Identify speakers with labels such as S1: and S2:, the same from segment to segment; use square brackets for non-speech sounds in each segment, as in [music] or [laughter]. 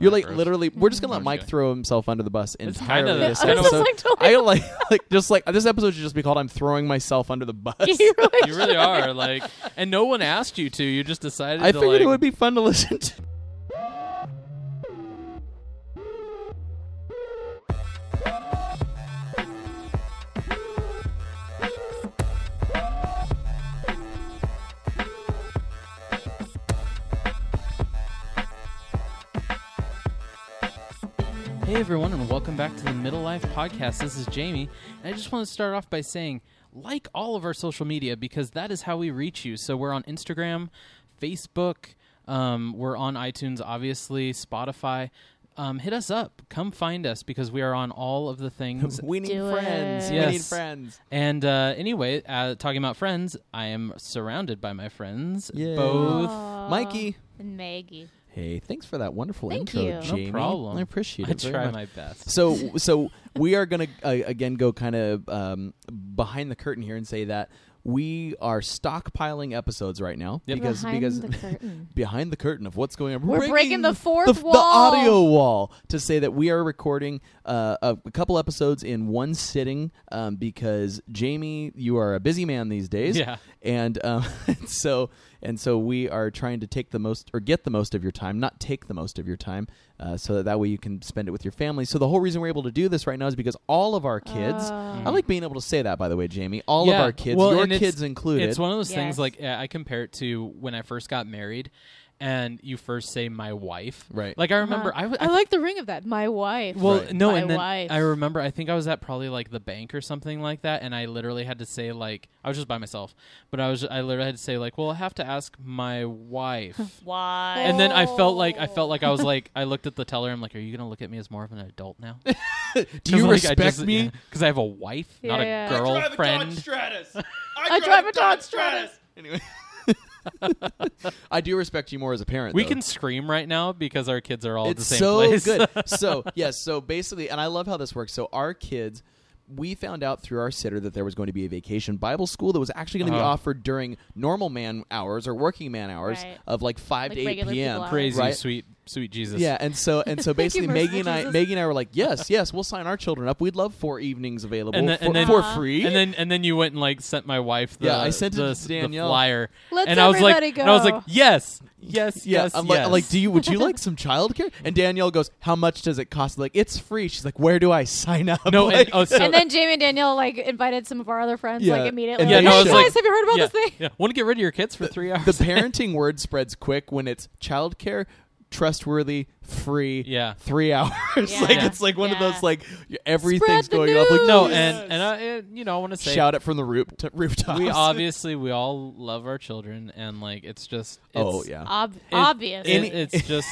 S1: You're like
S2: gross.
S1: literally. We're just gonna let
S2: Okay.
S1: Mike throw himself under the bus entirely.
S2: kinda-
S1: this
S2: kinda
S1: episode.
S3: what- That's
S1: I like like just like this episode should just be called "I'm throwing myself under the
S3: [laughs]
S1: bus."
S2: [laughs]
S3: You really-
S2: [laughs] You really are like, and no one asked you to. You just decided.
S1: I
S2: to,
S1: figured
S2: like,
S1: it would be fun to listen to.
S2: Hey everyone, and welcome back to the Middle Life Podcast. This is Jamie, and I just want to start off by saying, like all of our social media, because that is how we reach you. So we're on Instagram, Facebook, um, we're on iTunes, obviously, Spotify. Um, hit us up. Come find us because we are on all of the things.
S1: [laughs] We need
S3: Do
S1: friends.
S3: it.
S1: We need
S2: Yes.
S1: friends.
S2: and uh, anyway, uh, talking about friends, I am surrounded by my friends.
S1: Yay.
S2: Both.
S3: Aw.
S1: Mikey.
S3: and Maggie.
S1: Hey, thanks for that wonderful
S3: Thank
S1: intro,
S3: you. No
S1: Jamie.
S2: problem.
S1: I appreciate
S2: I
S1: it. very
S2: try
S1: much.
S2: my best.
S1: So, so we are going to uh, again go kind of um, behind the curtain here and say that we are stockpiling episodes right now
S2: Yep.
S1: because
S3: Behind
S1: because [laughs]
S3: the curtain.
S1: behind the curtain of what's going on.
S3: We're breaking the fourth
S1: the, the
S3: wall.
S1: audio wall to say that we are recording uh, a, a couple episodes in one sitting um, because Jamie, you are a busy man these days,
S2: Yeah.
S1: and um, [laughs] so and so we are trying to take the most or get the most of your time, not take the most of your time, uh, so that that way you can spend it with your family. So the whole reason we're able to do this right now is because all of our kids.
S2: Oh.
S3: Uh.
S1: I like being able to say that, by the way, Jamie. All of
S2: Yeah.
S1: our kids,
S2: Well,
S1: your
S2: and it's-
S1: kids included.
S2: It's one of those things
S3: Yes.
S2: like yeah, I compare it to when I first got married, and you first say my wife.
S1: Right.
S2: Like I remember I
S3: Huh.
S2: was.
S3: Uh-huh. I like the ring of that. My wife.
S2: well,
S1: Right.
S2: no,
S3: my
S2: and then
S3: wife.
S2: I
S1: [laughs]
S2: remember I think I was at probably like the bank or something like that, and I literally had to say like I was just by myself, but I was I literally had to say like, well, I have to ask my wife.
S3: [laughs]
S4: Why?
S2: And then I felt like I felt like I was like I looked at the teller. I'm like, "Are you gonna look at me as more of an adult now?
S1: [laughs] Do you
S2: 'Cause, [laughs] like, I
S1: respect
S2: just-
S1: me?
S2: yeah, 'cause I have a wife, not a
S3: Yeah. I
S2: girl
S4: drive a Dodge
S2: friend.
S4: Stratus. I,
S3: Oh, I drive a Dodge Stratus.
S1: Anyway. I do respect you more as a parent.
S2: We
S1: though.
S2: can scream right now because our kids are all at
S1: It's
S2: the same
S1: so
S2: place. [laughs]
S1: good.
S3: Uh,
S1: So yes. So basically, and I love how this works. So our kids, we found out through our sitter that there was going to be a vacation Bible school that was actually going to be
S2: Uh-huh.
S1: offered during normal man hours or working man hours
S3: Right.
S1: of like five
S3: Like
S1: to eight
S3: regular
S1: p.m.
S3: people hours.
S2: crazy
S1: Right?
S2: sweet sweet jesus
S1: Yeah, and so and
S3: [laughs]
S1: so basically,
S3: you,
S1: Maggie and I,
S3: merciful Jesus.
S1: Maggie and I were like, yes, yes, we'll sign our children up. We'd love four evenings available
S2: And then-
S1: for,
S2: and then-
S3: Uh-huh.
S1: for free.
S2: and then and then you went and like sent my wife the
S1: Yeah, I sent it
S2: the,
S1: to
S2: s- the
S1: Danielle.
S2: flyer
S3: Let's
S2: and i was like
S3: everybody
S2: and i was like
S3: go.
S2: yes yes
S1: yeah,
S2: yes
S1: I'm
S2: yes.
S1: like, I'm like, do you would you
S3: [laughs]
S1: like some childcare? And Danielle goes, how much does it cost? Like, it's free. She's like, where do I sign up?
S2: no
S1: [laughs] like,
S2: and, oh, so,
S3: and then Jamie and Danielle like invited some of our other friends
S1: Yeah.
S3: like immediately.
S1: And
S2: yeah
S3: like,
S1: they
S2: no, I
S3: "Hey,
S2: was like,
S1: should.
S3: guys, have you heard about
S2: yeah,
S3: this thing?
S2: yeah. want to get rid of your kids for three [laughs] hours
S1: the parenting word spreads quick when it's childcare, trustworthy, free.
S2: Yeah.
S1: three hours. [laughs]
S4: Yeah.
S1: like it's like one of
S4: Yeah.
S1: those like everything's
S3: the
S1: going off. Like
S2: no
S1: Oh, yes. [laughs]
S2: and and i and, you know i want to say
S1: shout it from the roof to rooftops.
S2: we obviously we all love our children and like it's just it's,
S1: [laughs] oh yeah.
S3: Ob-
S2: it-
S3: obvious.
S2: it-
S1: [laughs]
S2: it's just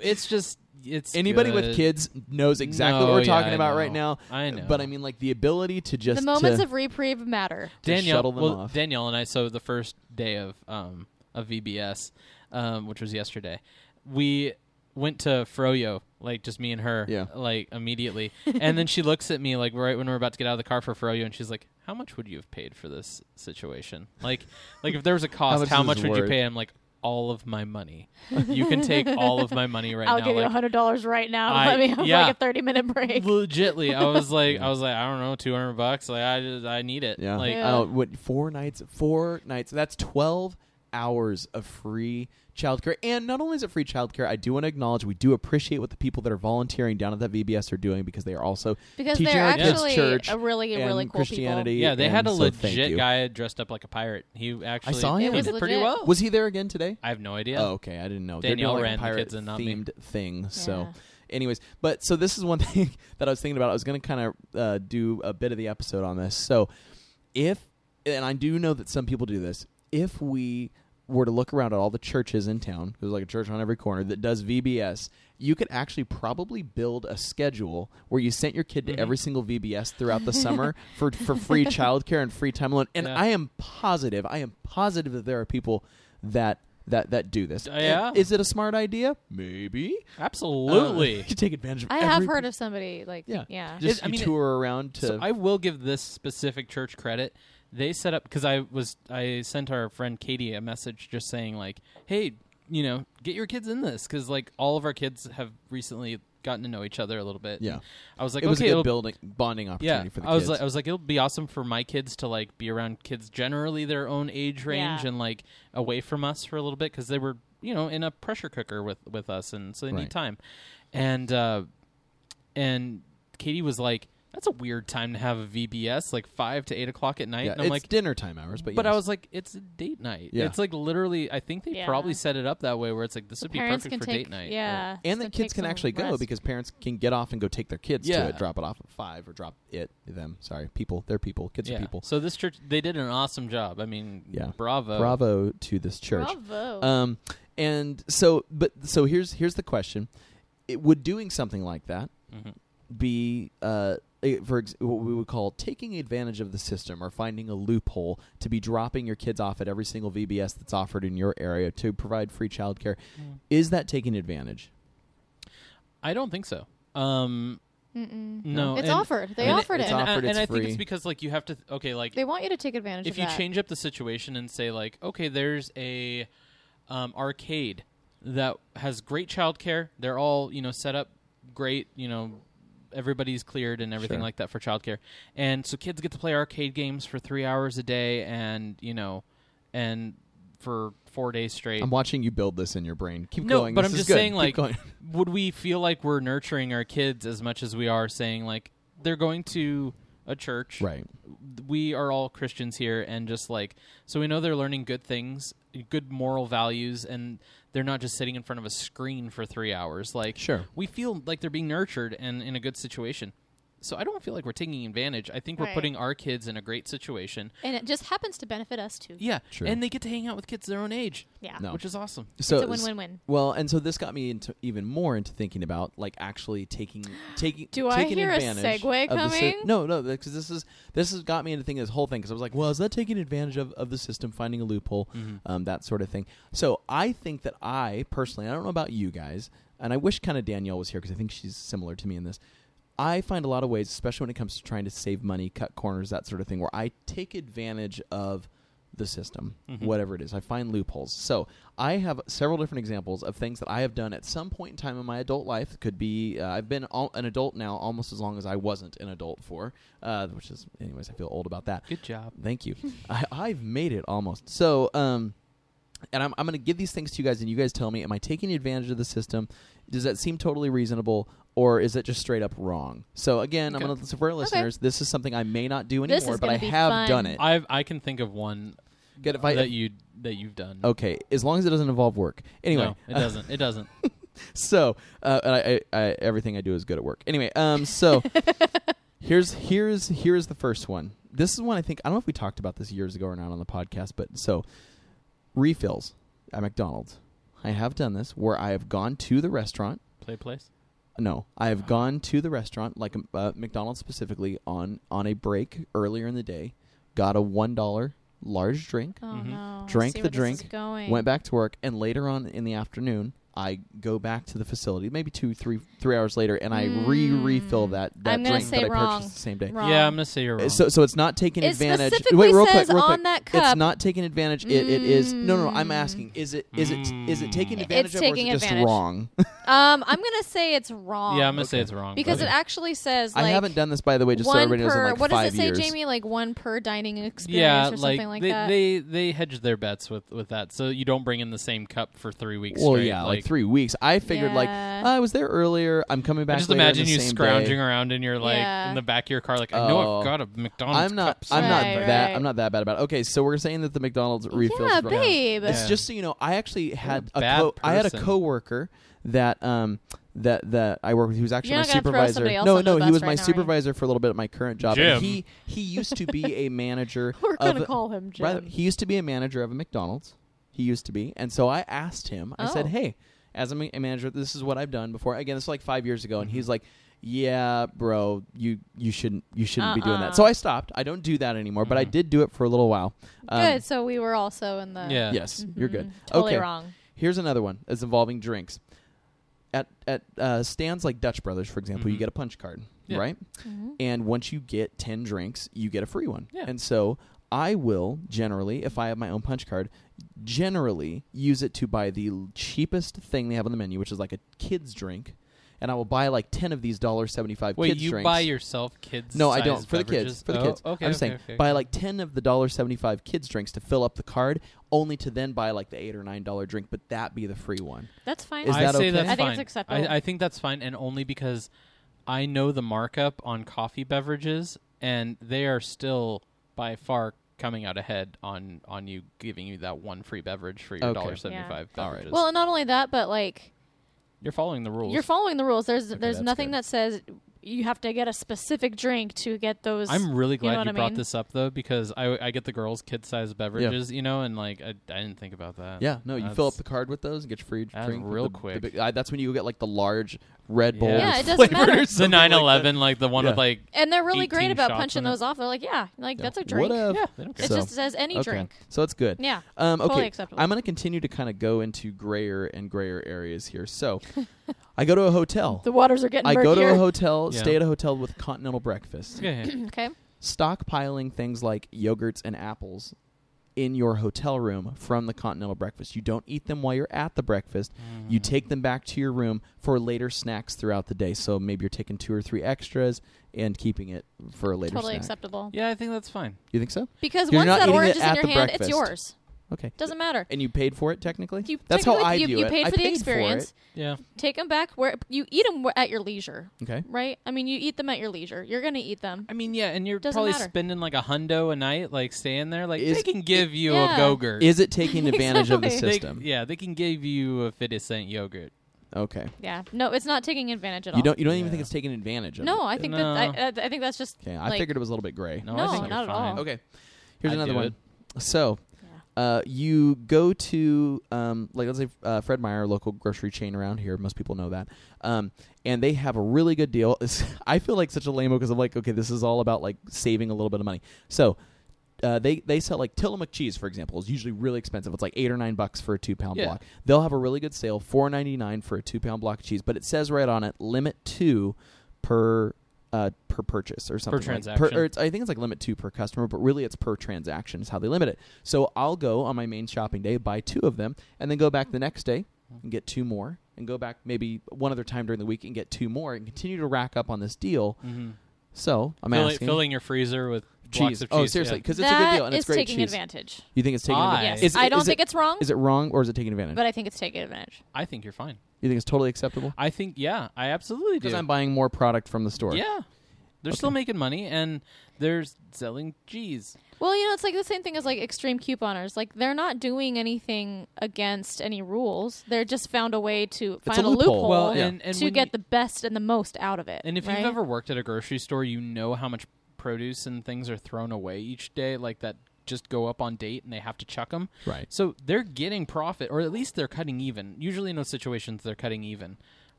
S2: it's just it's
S1: Anybody
S2: good.
S1: with kids knows exactly
S2: No,
S1: what we're
S2: yeah,
S1: talking
S2: I
S1: about
S2: know.
S1: right now.
S2: I know.
S1: but I mean, like the ability to just
S3: the moments
S1: to-
S3: of reprieve matter.
S1: to
S2: Danielle,
S1: shuttle them
S2: well,
S1: off.
S2: Danielle and I. So the first day of um, of VBS, um, which was yesterday, we went to Froyo, like just me and her,
S1: Yeah.
S2: like
S3: [laughs]
S2: immediately. and then she looks at me like right when we're about to get out of the car for Froyo, and she's like, "How much would you have paid for this situation? Like, like if there
S1: [laughs]
S2: was a cost,
S1: much
S2: how
S1: is
S2: much,
S1: this
S2: would you
S1: worth?"
S2: pay?" I'm like, "All of my money. you can take all of my money right
S3: I'll
S2: now."
S3: give you
S2: like,
S3: hundred dollars right now. [laughs]
S2: I-
S3: Let me have
S2: yeah.
S3: like a thirty minute break.
S2: Legitly, I was
S1: [laughs]
S2: like, I was like, I don't know, two hundred bucks. Like, I just, I need it.
S1: Yeah.
S2: Like,
S3: Yeah.
S1: Uh, what, four nights, four nights. That's 12 hours of free childcare. And not only is it free childcare, I do want to acknowledge we do appreciate what the people that are volunteering down at that VBS are doing because they are also
S3: Because
S1: teaching
S3: they're
S1: our
S3: actually
S1: kids church
S3: a really,
S1: and
S3: really cool people.
S1: Christianity.
S2: Yeah, they had a
S1: and so thank
S2: legit
S1: you.
S2: guy dressed up like a pirate. He actually
S1: saw him. It
S2: he
S1: was
S2: did pretty
S3: legit.
S2: well.
S1: Was he there again today?
S2: I have no idea.
S1: Oh, okay. I didn't know. They're
S2: Danielle
S1: doing, like,
S2: ran
S1: a
S2: the
S1: pirate
S2: kids and not me.
S1: themed thing. So,
S3: Yeah.
S1: anyways, but so this is one [laughs] thing that I was thinking about. I was going to kind of uh, do a bit of the episode on this. So, if and I do know that some people do this. If we were to look around at all the churches in town, there's like a church on every corner that does VBS. You could actually probably build a schedule where you sent your kid to every single VBS throughout the summer for for free childcare and free time alone. And
S2: Yeah.
S1: I am positive, I am positive that there are people that that that do this.
S2: Uh, yeah.
S1: And Is it a smart idea? Maybe. Uh, [laughs]
S2: Absolutely.
S1: you can take advantage of
S3: I have
S1: every-
S3: heard of somebody like
S1: Yeah.
S3: yeah.
S1: Just
S2: It- I
S1: you
S2: mean, it-
S1: tour around to
S2: so I will give this specific church credit. They set up because I was I sent our friend Katie a message just saying like, "Hey, you know, get your kids in this because like all of our kids have recently gotten to know each other a little bit.
S1: Yeah.
S2: And I was like,
S1: it was
S2: okay,
S1: a
S2: it'll-
S1: good building bonding opportunity
S2: yeah,
S1: for the
S2: I was
S1: kids.
S2: like, I was like, it'll be awesome for my kids to like be around kids generally their own age range
S3: Yeah.
S2: and like away from us for a little bit because they were you know in a pressure cooker with with us and so they
S1: Right.
S2: need time, and uh, and Katie was like, that's a weird time to have a VBS like five to eight o'clock at night,
S1: yeah,
S2: and I'm
S1: it's
S2: like,
S1: dinner time hours, but
S2: but
S1: yes.
S2: I was like, it's a date night.
S1: Yeah.
S2: It's like literally, I think they
S3: Yeah.
S2: probably set it up that way where it's like this would be
S3: Parents
S2: perfect
S3: can
S2: for
S3: take
S2: date night.
S3: yeah,
S1: and
S3: so
S1: the kids
S3: take
S1: can
S3: some
S1: actually go
S3: rest.
S1: because parents can get off and go take their kids
S2: Yeah.
S1: to it, drop it off at five or drop it them. Sorry, people, they're people, kids
S2: Yeah.
S1: are people.
S2: So this church, they did an awesome job. I mean,
S1: Yeah.
S2: bravo.
S1: Bravo to this church.
S3: Bravo.
S1: Um, and so, but so here's here's the question: it, Would doing something like that
S2: Mhm.
S1: be uh, a- for ex- what we would call taking advantage of the system or finding a loophole to be dropping your kids off at every single VBS that's offered in your area to provide free childcare?
S2: Mm.
S1: Is that taking advantage?
S2: I don't think so. Um,
S3: Mm-mm.
S2: no,
S3: It's
S2: and-
S3: offered. They
S2: and-
S3: offered
S1: it's
S3: it.
S2: and,
S1: offered,
S2: and
S1: it's
S2: I think
S1: free.
S2: it's because like you have to. Okay, like
S3: they want you to take advantage
S2: if
S3: of
S2: you
S3: that.
S2: change up the situation and say like, okay, there's a um, arcade that has great childcare. They're all you know set up great. You know, everybody's cleared and everything
S1: Sure.
S2: like that for childcare. And so kids get to play arcade games for three hours a day, and you know, and for four days straight.
S1: I'm watching you build this in your brain. Keep
S2: no,
S1: going.
S2: but
S1: This
S2: I'm
S1: is
S2: just
S1: good.
S2: saying,
S1: Keep
S2: like,
S1: going. [laughs]
S2: would we feel like we're nurturing our kids as much as we are saying like they're going to a church,
S1: right?
S2: we are all Christians here, and just like so, we know they're learning good things, good moral values, and they're not just sitting in front of a screen for three hours. Like,
S1: Sure.
S2: we feel like they're being nurtured and in a good situation. So I don't feel like we're taking advantage. I think we're
S3: Right.
S2: putting our kids in a great situation.
S3: and it just happens to benefit us too.
S2: Yeah,
S1: Sure.
S2: and they get to hang out with kids their own age,
S3: Yeah.
S1: No.
S2: which is awesome.
S1: So
S3: it's
S1: [laughs]
S3: a win-win-win.
S1: Well, and so this got me into even more into thinking about like actually taking taking.
S3: Do I
S1: taking
S3: hear a
S1: advantage
S3: segue
S1: of the sy-
S3: coming?
S1: no, no, because this is this has got me into thinking this whole thing because I was like, well, is that taking advantage of, of the system, finding a loophole, um, that sort of thing. So I think that I personally, I don't know about you guys, and I wish kind of Danielle was here because I think she's similar to me in this. I find a lot of ways, especially when it comes to trying to save money, cut corners, that sort of thing, where I take advantage of the system, whatever it is. I find loopholes. So I have several different examples of things that I have done at some point in time in my adult life. Could be uh, I've been all, an adult now almost as long as I wasn't an adult for, uh, which is, anyways, I feel old about that.
S2: Good job.
S1: Thank you. [laughs] I, I've made it almost. So, um, and I'm, I'm going to give these things to you guys, and you guys tell me: Am I taking advantage of the system? Does that seem totally reasonable, or is it just straight up wrong? So, again, I'm
S2: Okay.
S1: going to so for our listeners. This is something I may not do
S3: This
S1: anymore,
S3: is
S1: but
S3: gonna
S1: I
S3: be
S1: have
S3: fun.
S1: done it.
S2: I I can think of one
S1: Good, if I-
S2: that you that you've done.
S1: okay, as long as it doesn't involve work. Anyway,
S2: no, it
S1: uh,
S2: doesn't. It doesn't.
S1: [laughs] so uh, and I, I, I, everything I do is good at work. Anyway, um,
S3: [laughs]
S1: so
S3: Oh,
S1: here's here's here's the first one. This is one I think I don't know if we talked about this years ago or not on the podcast, but so refills at McDonald's. I have done this where I have gone to the restaurant.
S2: Play place.
S1: No, I have gone to the restaurant, like um, uh, McDonald's specifically, on on a break earlier in the day. Got a one dollar large drink
S3: Oh
S2: Mhm.
S3: no. I
S1: Drank
S3: see
S1: the
S3: where this is
S1: drink,
S3: Going.
S1: went back to work and later on in the afternoon i go back to the facility maybe two three three hours later and i re
S3: Mm.
S1: refill that, that
S3: I'm gonna
S1: drink
S3: say
S1: that i
S3: wrong.
S1: purchased the same day
S3: Wrong.
S2: Yeah, I'm gonna say you're wrong.
S1: Uh, so so it's not taking
S3: It
S1: advantage
S3: specifically
S1: wait real
S3: says
S1: quick real
S3: on
S1: quick
S3: that
S1: it's
S3: cup.
S1: not taking advantage it, it is no no no i'm
S3: Mm.
S1: asking is it is it is it taking
S2: Mm.
S1: advantage
S3: It's
S1: of
S3: taking
S1: or is it just
S3: advantage.
S1: wrong
S3: Um, I'm gonna say it's wrong.
S2: yeah, I'm gonna say
S1: Okay.
S2: it's wrong.
S3: because
S2: but-
S1: Okay.
S3: it actually says
S1: [laughs]
S3: like
S1: i haven't done this by the way just so
S3: one
S1: everybody knows
S3: per.
S1: in like
S3: what
S1: five
S3: does it say,
S1: years
S3: Jamie? Like one per dining experience
S2: yeah,
S3: or
S2: like,
S3: something like
S2: they,
S3: that.
S2: they they hedge their bets with with that, so you don't bring in the same cup for three weeks.
S1: well,
S2: straight,
S1: yeah, like, three weeks. I figured, like, "Oh,
S3: Yeah.
S1: I was there earlier. I'm coming
S2: I
S1: back.
S2: just
S1: later on
S2: imagine
S1: the
S2: you
S1: same day.
S2: scrounging around in your like
S3: Yeah.
S2: in the back of your car, like I know
S1: Oh.
S2: I've got a McDonald's.
S1: I'm not.
S2: Cup
S1: I'm not
S2: somewhere."
S3: Right,
S1: that.
S3: right.
S1: I'm not that bad about it. Okay, so we're saying that the McDonald's refills.
S3: yeah,
S1: is wrong.
S3: babe.
S2: Yeah.
S1: It's just so you know, I actually had
S2: a
S1: a,
S2: bad
S1: co- I had a
S2: person.
S1: coworker that um that that I worked with. He was actually
S3: You're
S1: my
S3: not gonna throw
S1: supervisor.
S3: somebody else
S1: no,
S3: under
S1: no,
S3: the
S1: he
S3: bus
S1: was
S3: right
S1: my
S3: now, are you?
S1: supervisor for a little bit at my current job.
S2: Jim.
S1: And he he used to
S3: [laughs]
S1: be a manager.
S3: [laughs] We're
S1: of
S3: gonna
S1: a-
S3: call him Jim.
S1: rather- he used to be a manager of a McDonald's. He used to be, and so I asked him. I said,
S3: Oh.
S1: "Hey, as I'm a manager, this is what I've done before." Again, this is like five years ago, and
S2: Mm-hmm.
S1: he's like, "Yeah, bro, you you shouldn't you shouldn't be doing
S3: Uh-uh.
S1: that." So I stopped. I don't do that anymore, but I
S2: Mhm.
S1: did do it for a little while. Um,
S3: Good. So we were also in the
S2: Yeah.
S1: Yes, you're good.
S3: Mhm. Totally
S1: okay,
S3: wrong.
S1: Here's another one. It's involving drinks. At at uh, stands like Dutch Brothers, for example,
S2: Mhm.
S1: you get a punch card,
S2: Yeah.
S1: right?
S3: Mhm.
S1: And once you get ten drinks, you get a free one.
S2: Yeah.
S1: And so I will generally, if I have my own punch card, generally use it to buy the l- cheapest thing they have on the menu, which is like a kid's drink. And I will buy like ten of these dollar seventy five
S2: Wait,
S1: kids
S2: you
S1: drinks.
S2: buy yourself kids?
S1: no, I don't
S2: sized
S1: for the
S2: beverages?
S1: kids. For the
S2: Oh,
S1: kids,
S2: Okay,
S1: I'm
S2: okay,
S1: just saying
S2: okay,
S1: buy
S2: okay.
S1: like ten of the dollar seventy five kids drinks to fill up the card, only to then buy like the eight or nine dollar drink, but that be the free one.
S3: That's fine.
S1: Is
S2: I
S1: that
S2: say
S1: okay?
S2: that's
S3: I think
S2: fine.
S3: it's acceptable.
S2: I, I think that's fine, and only because I know the markup on coffee beverages, and they are still by far coming out ahead on on you giving you that one free beverage for your
S1: Okay.
S2: dollar seventy five
S1: Yeah. All right.
S2: beverages.
S3: well, and not only that, but like
S2: you're following the rules.
S3: you're following the rules. There's
S1: Okay,
S3: there's
S1: that's
S3: nothing
S1: good.
S3: that says you have to get a specific drink to get those.
S2: I'm really glad you,
S3: know what I
S2: brought
S3: mean?
S2: this up though, because I I get the girls kid sized beverages, you know, and like I, I didn't think about that.
S1: Yeah, no, you fill up
S2: Uh, That's-
S1: the card with those and get your free
S2: that's
S1: drink with
S2: real
S1: the- the
S2: quick.
S1: big- I- that's when you get like the large Red Bull.
S2: Yeah,
S1: with
S3: it doesn't
S1: [laughs] flavored
S3: matter.
S1: or
S2: [laughs]
S3: The
S2: the
S1: something like
S2: nine
S1: that.
S2: eleven, like the one
S1: Yeah.
S2: with like
S3: and they're really
S2: 18
S3: great about
S2: shots
S3: punching
S2: on it.
S3: those off. They're like, yeah, like
S1: Yeah.
S3: that's a drink.
S1: Whatev.
S2: yeah, they don't
S3: [laughs]
S2: care.
S3: It
S1: So-
S3: just says any
S1: Okay.
S3: drink.
S1: So it's good.
S3: Yeah.
S1: Um, okay.
S3: Totally acceptable.
S1: I'm going to continue to kind of go into grayer and grayer areas here.
S3: [laughs]
S1: So I go to a hotel.
S3: The waters are getting
S1: I go to a hotel,
S2: Yeah.
S1: stay at a hotel with continental breakfast.
S2: Yeah, yeah.
S3: [clears throat] okay.
S1: Stockpiling things like yogurts and apples in your hotel room from the continental breakfast. You don't eat them while you're at the breakfast.
S2: Mm-hmm. Mm.
S1: You take them back to your room for later snacks throughout the day. So maybe you're taking two or three extras and keeping it for a later
S3: Totally
S1: snack.
S3: acceptable.
S2: Yeah, I think that's fine.
S1: You think so?
S3: Because
S1: You're
S3: once
S1: not
S3: that
S1: eating it
S3: orange is
S1: at
S3: in your
S1: the
S3: hand,
S1: breakfast.
S3: it's yours.
S1: Okay.
S3: Doesn't matter.
S1: and you paid for it technically.
S3: You,
S1: That's how I
S3: technically, you,
S1: do
S3: you
S1: it.
S3: paid
S1: I
S3: for the
S1: paid
S3: experience.
S2: Yeah,
S3: Take them back where you eat them at your leisure,
S1: For it. Okay.
S3: right? I mean, you eat them at your leisure. You're gonna eat them.
S2: I mean, yeah, and you're
S3: Doesn't
S2: probably
S3: matter.
S2: spending like a hundo a night, like staying there. Like
S1: Is-
S2: they can give you a
S3: Yeah.
S2: yogurt.
S1: Is it
S3: [laughs]
S1: taking advantage of the
S3: Exactly.
S2: They-
S1: system?
S2: yeah, they can give you a fifty cent yogurt.
S1: Okay.
S3: Yeah. No, it's not taking advantage at all.
S1: You don't. You don't even
S2: Yeah.
S1: think it's taking advantage of.
S3: No,
S1: it.
S3: I think
S2: No.
S3: that I, I think that's just
S1: Okay. I
S3: like-
S1: figured it was a little bit gray.
S2: No, I
S3: No,
S2: think you're
S3: not at
S2: fine.
S3: all.
S1: Okay. Here's
S2: I'd
S1: another
S2: do
S1: one. So,
S3: Yeah.
S1: uh, you go to um, like let's say uh, Fred Meyer, local grocery chain around here. Most people know that. Um, and they have a really good deal. [laughs] It's- I feel like such a lameo because I'm like, okay, this is all about like saving a little bit of money. So. Uh, they they sell like Tillamook cheese, for example, is usually really expensive. It's like eight or nine bucks for a two pound
S2: Yeah.
S1: block. They'll have a really good sale, four ninety nine for a two pound block of cheese, but it says right on it, limit two per uh, per purchase or something like-
S2: transaction.
S1: or it's, I think it's like limit two per customer, but really it's per transaction is how they limit it. So I'll go on my main shopping day, buy two of them, and then go back the next day and get two more, and go back maybe one other time during the week and get two more, and continue to rack up on this deal.
S2: Mm-hmm.
S1: So I'm
S2: Filling,
S1: asking
S2: filling your freezer with blocks
S1: cheese.
S2: of cheese.
S1: oh, seriously, because it's a good
S3: That
S1: deal and it's
S3: is
S1: great
S3: taking
S1: cheese.
S3: advantage.
S1: You think it's taking
S2: I-
S1: advantage?
S3: Yes,
S1: Is it-
S3: I
S1: is
S3: don't
S1: it-
S3: think it's wrong,
S1: Is it wrong or is it taking advantage?
S3: but I think it's taking advantage.
S2: Yeah. I think you're fine.
S1: you think it's totally acceptable?
S2: I think yeah, I absolutely do.
S1: Because I'm buying more product from the store.
S2: yeah, they're still making money and they're selling cheese.
S3: Well, you know, it's like the same thing as like extreme couponers. Like they're not doing anything against any rules. They're just found a way to
S1: a
S3: find a
S1: loophole.
S3: loophole,
S1: Well,
S2: yeah. and- and
S3: to
S2: when
S3: get
S2: you-
S3: the best and the most out of it.
S2: And if
S3: right?
S2: you've ever worked at a grocery store, you know how much produce and things are thrown away each day, like that just go up on date and they have to chuck them.
S1: Right.
S2: So they're getting profit, or at least they're cutting even. Usually in those situations, they're cutting even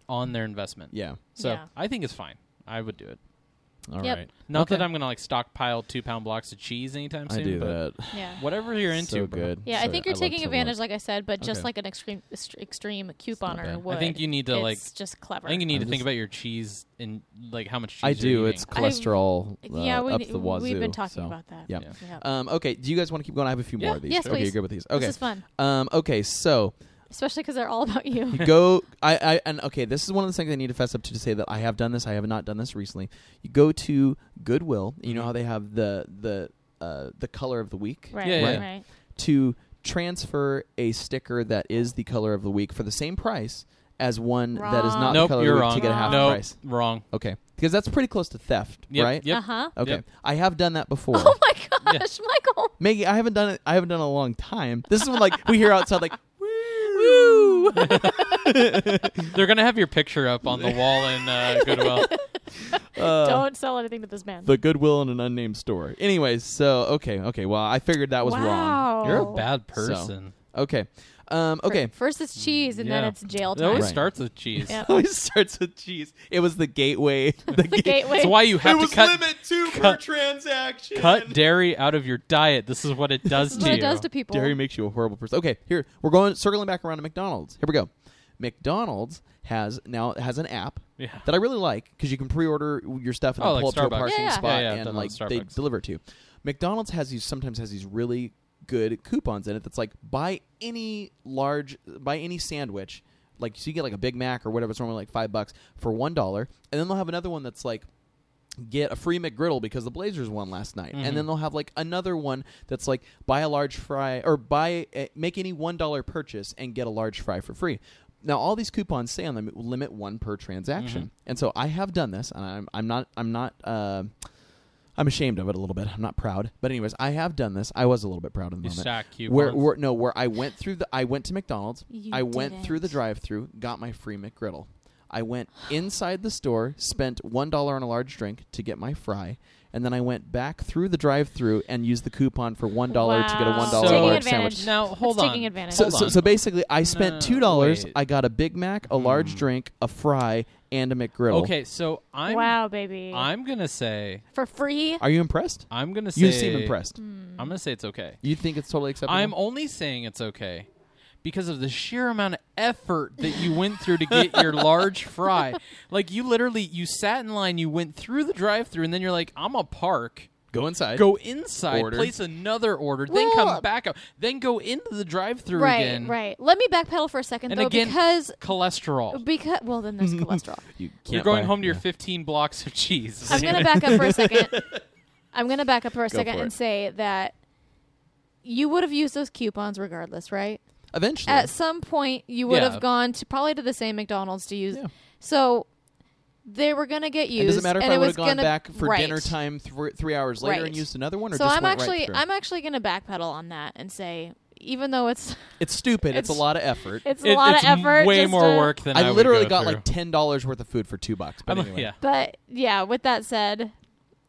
S2: on their investment.
S1: Yeah.
S2: So
S3: Yeah.
S2: I think it's fine. I would do it.
S1: All right.
S3: Yep.
S2: Not
S1: Okay.
S2: that I'm gonna like stockpile two pound blocks of cheese anytime
S1: I
S2: soon.
S1: do
S2: but
S1: that.
S3: yeah,
S2: Whatever you're into,
S1: so
S2: bro.
S1: good.
S3: yeah, I
S1: So-
S3: think you're
S1: love
S3: taking
S1: Tillamook.
S3: advantage, like I said, but just
S1: Okay.
S3: like an extreme est- extreme
S1: bad.
S3: couponer would.
S2: I think you need to,
S3: it's
S2: like-
S3: just clever.
S2: I think you need
S1: I'm
S2: to think
S1: just-
S2: about your cheese and like how much cheese
S1: I
S2: you're
S1: do.
S2: eating.
S1: It's cholesterol uh,
S3: yeah, we,
S1: up the wazoo.
S3: we've been talking
S1: so.
S3: about that.
S1: Yeah.
S2: Yeah.
S1: Um, okay. Do you guys want to keep going? I have a few
S2: Yeah.
S1: more of these.
S3: Yes,
S1: okay,
S3: please.
S1: you're good with these. Okay.
S3: This is fun,
S1: um, okay.
S3: [laughs]
S1: So
S3: especially because they're all
S2: [laughs]
S3: about you.
S1: you go. I, I and okay. This is one of the things I need to fess up to to say that I have done this. I have not done this recently. You go to Goodwill. You know
S2: Mhm.
S1: how they have the the uh, the color of the week
S3: right,
S2: Yeah,
S1: yeah.
S3: right.
S1: to transfer a sticker that is the color of the week for the same price as one that is not
S2: nope,
S1: the color
S2: you're
S1: of the week
S2: wrong.
S1: to get a half
S2: nope,
S1: price.
S2: wrong.
S1: Okay, because that's pretty close to theft,
S2: Yep,
S1: right?
S2: Yep.
S3: Uh huh.
S1: Okay,
S2: Yep.
S1: I have done that before.
S3: [laughs] Oh my gosh, Michael.
S1: Maggie, I haven't done it. I haven't done it in a long time. This is when like we hear outside like [laughs] woo. [laughs] Uh,
S2: They're gonna have your picture up on the wall in uh, Goodwill.
S1: Uh,
S3: Don't sell anything to this man.
S1: the Goodwill in an unnamed store. Anyways, so okay, okay. Well, I figured that was wrong.
S3: wow.
S2: You're a bad person.
S1: Okay, um, [laughs] okay.
S3: First it's cheese, and then
S2: Yeah.
S3: it's jail
S2: It always
S3: time.
S1: Right.
S2: starts with cheese.
S3: Yeah.
S1: Always starts with cheese. It was the gateway. The,
S3: [laughs] The gateway.
S2: That's why you
S1: It
S2: have to
S1: was
S2: cut
S1: limit two per
S2: cut-
S1: transaction.
S3: [laughs]
S2: cut dairy out of your diet. This is what it does
S3: That's
S2: to
S3: what
S2: you.
S3: it does to people.
S1: Dairy makes you a horrible person. Okay, here we're going circling back around to McDonald's. Here we go. McDonald's has now it has an app
S2: [laughs] Yeah.
S1: that I really like because you can pre-order your stuff and
S2: Oh,
S1: then
S2: like
S1: pull up to a
S2: Starbucks.
S1: parking
S3: Yeah, yeah.
S1: spot
S2: Yeah, yeah, I've
S1: and
S2: done
S1: like
S2: that at
S1: they
S2: Starbucks.
S1: deliver it to you. McDonald's has these sometimes has these really good coupons in it that's like buy any large buy any sandwich like so you get like a Big Mac or whatever it's normally like five bucks for one dollar and then they'll have another one that's like get a free McGriddle because the Blazers won last night
S2: Mhm.
S1: and then they'll have like another one that's like buy a large fry or buy uh, make any one dollar purchase and get a large fry for free now all these coupons say on them it will limit one per transaction and so I have done this and I'm I'm not I'm not. Uh, I'm ashamed of it a little bit. I'm not proud, but anyways, I have done this. I was a little bit proud in
S2: You
S1: the moment.
S2: stack coupons.
S1: Where, where no, where I went through the I went to McDonald's.
S3: You
S1: I went
S3: didn't.
S1: through the drive-through, got my free McGriddle. I went inside the store, spent one dollar on a large drink to get my fry, and then I went back through the drive-through and used the coupon for one dollar to get a
S3: Wow.
S1: one dollar
S2: So-
S1: large
S3: Taking
S1: sandwich.
S2: now hold
S3: It's
S2: on.
S3: taking advantage.
S1: So,
S2: Hold
S1: so,
S2: on.
S1: so basically, I spent
S2: No,
S1: two dollars.
S2: wait.
S1: I got a Big Mac, a large
S2: Hmm.
S1: drink, a fry, and a McGriddle.
S2: okay, so I'm
S3: wow, baby.
S2: I'm gonna say
S3: For free?
S1: are you impressed?
S2: I'm gonna say
S1: You seem impressed.
S3: Hmm. Mm.
S2: I'm gonna say it's okay.
S1: You think it's totally acceptable?
S2: I'm only saying it's okay because of the sheer amount of effort that you went through to get
S3: [laughs]
S2: your large fry. Like you literally you sat in line, you went through the drive-through, and then you're like, I'm a park.
S1: go inside.
S2: Go inside,
S1: Order.
S2: place another order, then come
S3: Well-
S2: back up, then go into the drive-through
S3: Right,
S2: again.
S3: right. Let me backpedal for a second,
S2: And
S3: though,
S2: again-
S3: because.
S2: Cholesterol.
S3: Because well,
S1: [laughs]
S3: then there's cholesterol.
S1: You can't
S2: You're going
S1: buy-
S2: home to your
S1: yeah.
S2: 15 blocks of cheese.
S3: I'm gonna back up for a second.
S1: [laughs]
S3: I'm gonna back up for a
S1: Go
S3: second
S1: for
S3: and
S1: it.
S3: say that you would have used those coupons regardless, right?
S1: Eventually,
S3: At some point, you would
S2: Yeah.
S3: have gone to probably to the same McDonald's to use.
S1: Yeah.
S3: So they were gonna get used.
S1: It doesn't matter if
S3: and
S1: I
S3: it
S1: would
S3: was
S1: have gone
S3: gonna-
S1: back for
S3: right.
S1: dinner time thr three hours later
S3: Right.
S1: and used another one, or
S3: So
S1: just
S3: I'm
S1: went right
S3: actually
S1: through?
S3: I'm actually gonna backpedal on that and say even though it's
S1: it's stupid. It's, a
S3: it's-
S1: lot of effort.
S3: [laughs] it's a
S2: It-
S3: lot
S2: it's
S3: of effort,
S2: way
S3: just
S2: more
S3: to-
S2: work than I,
S1: I
S2: would
S1: literally
S2: go
S1: got
S2: through.
S1: like ten dollars worth of food for two bucks. But
S2: I'm- [laughs]
S1: anyway,
S2: yeah.
S3: But yeah, with that said,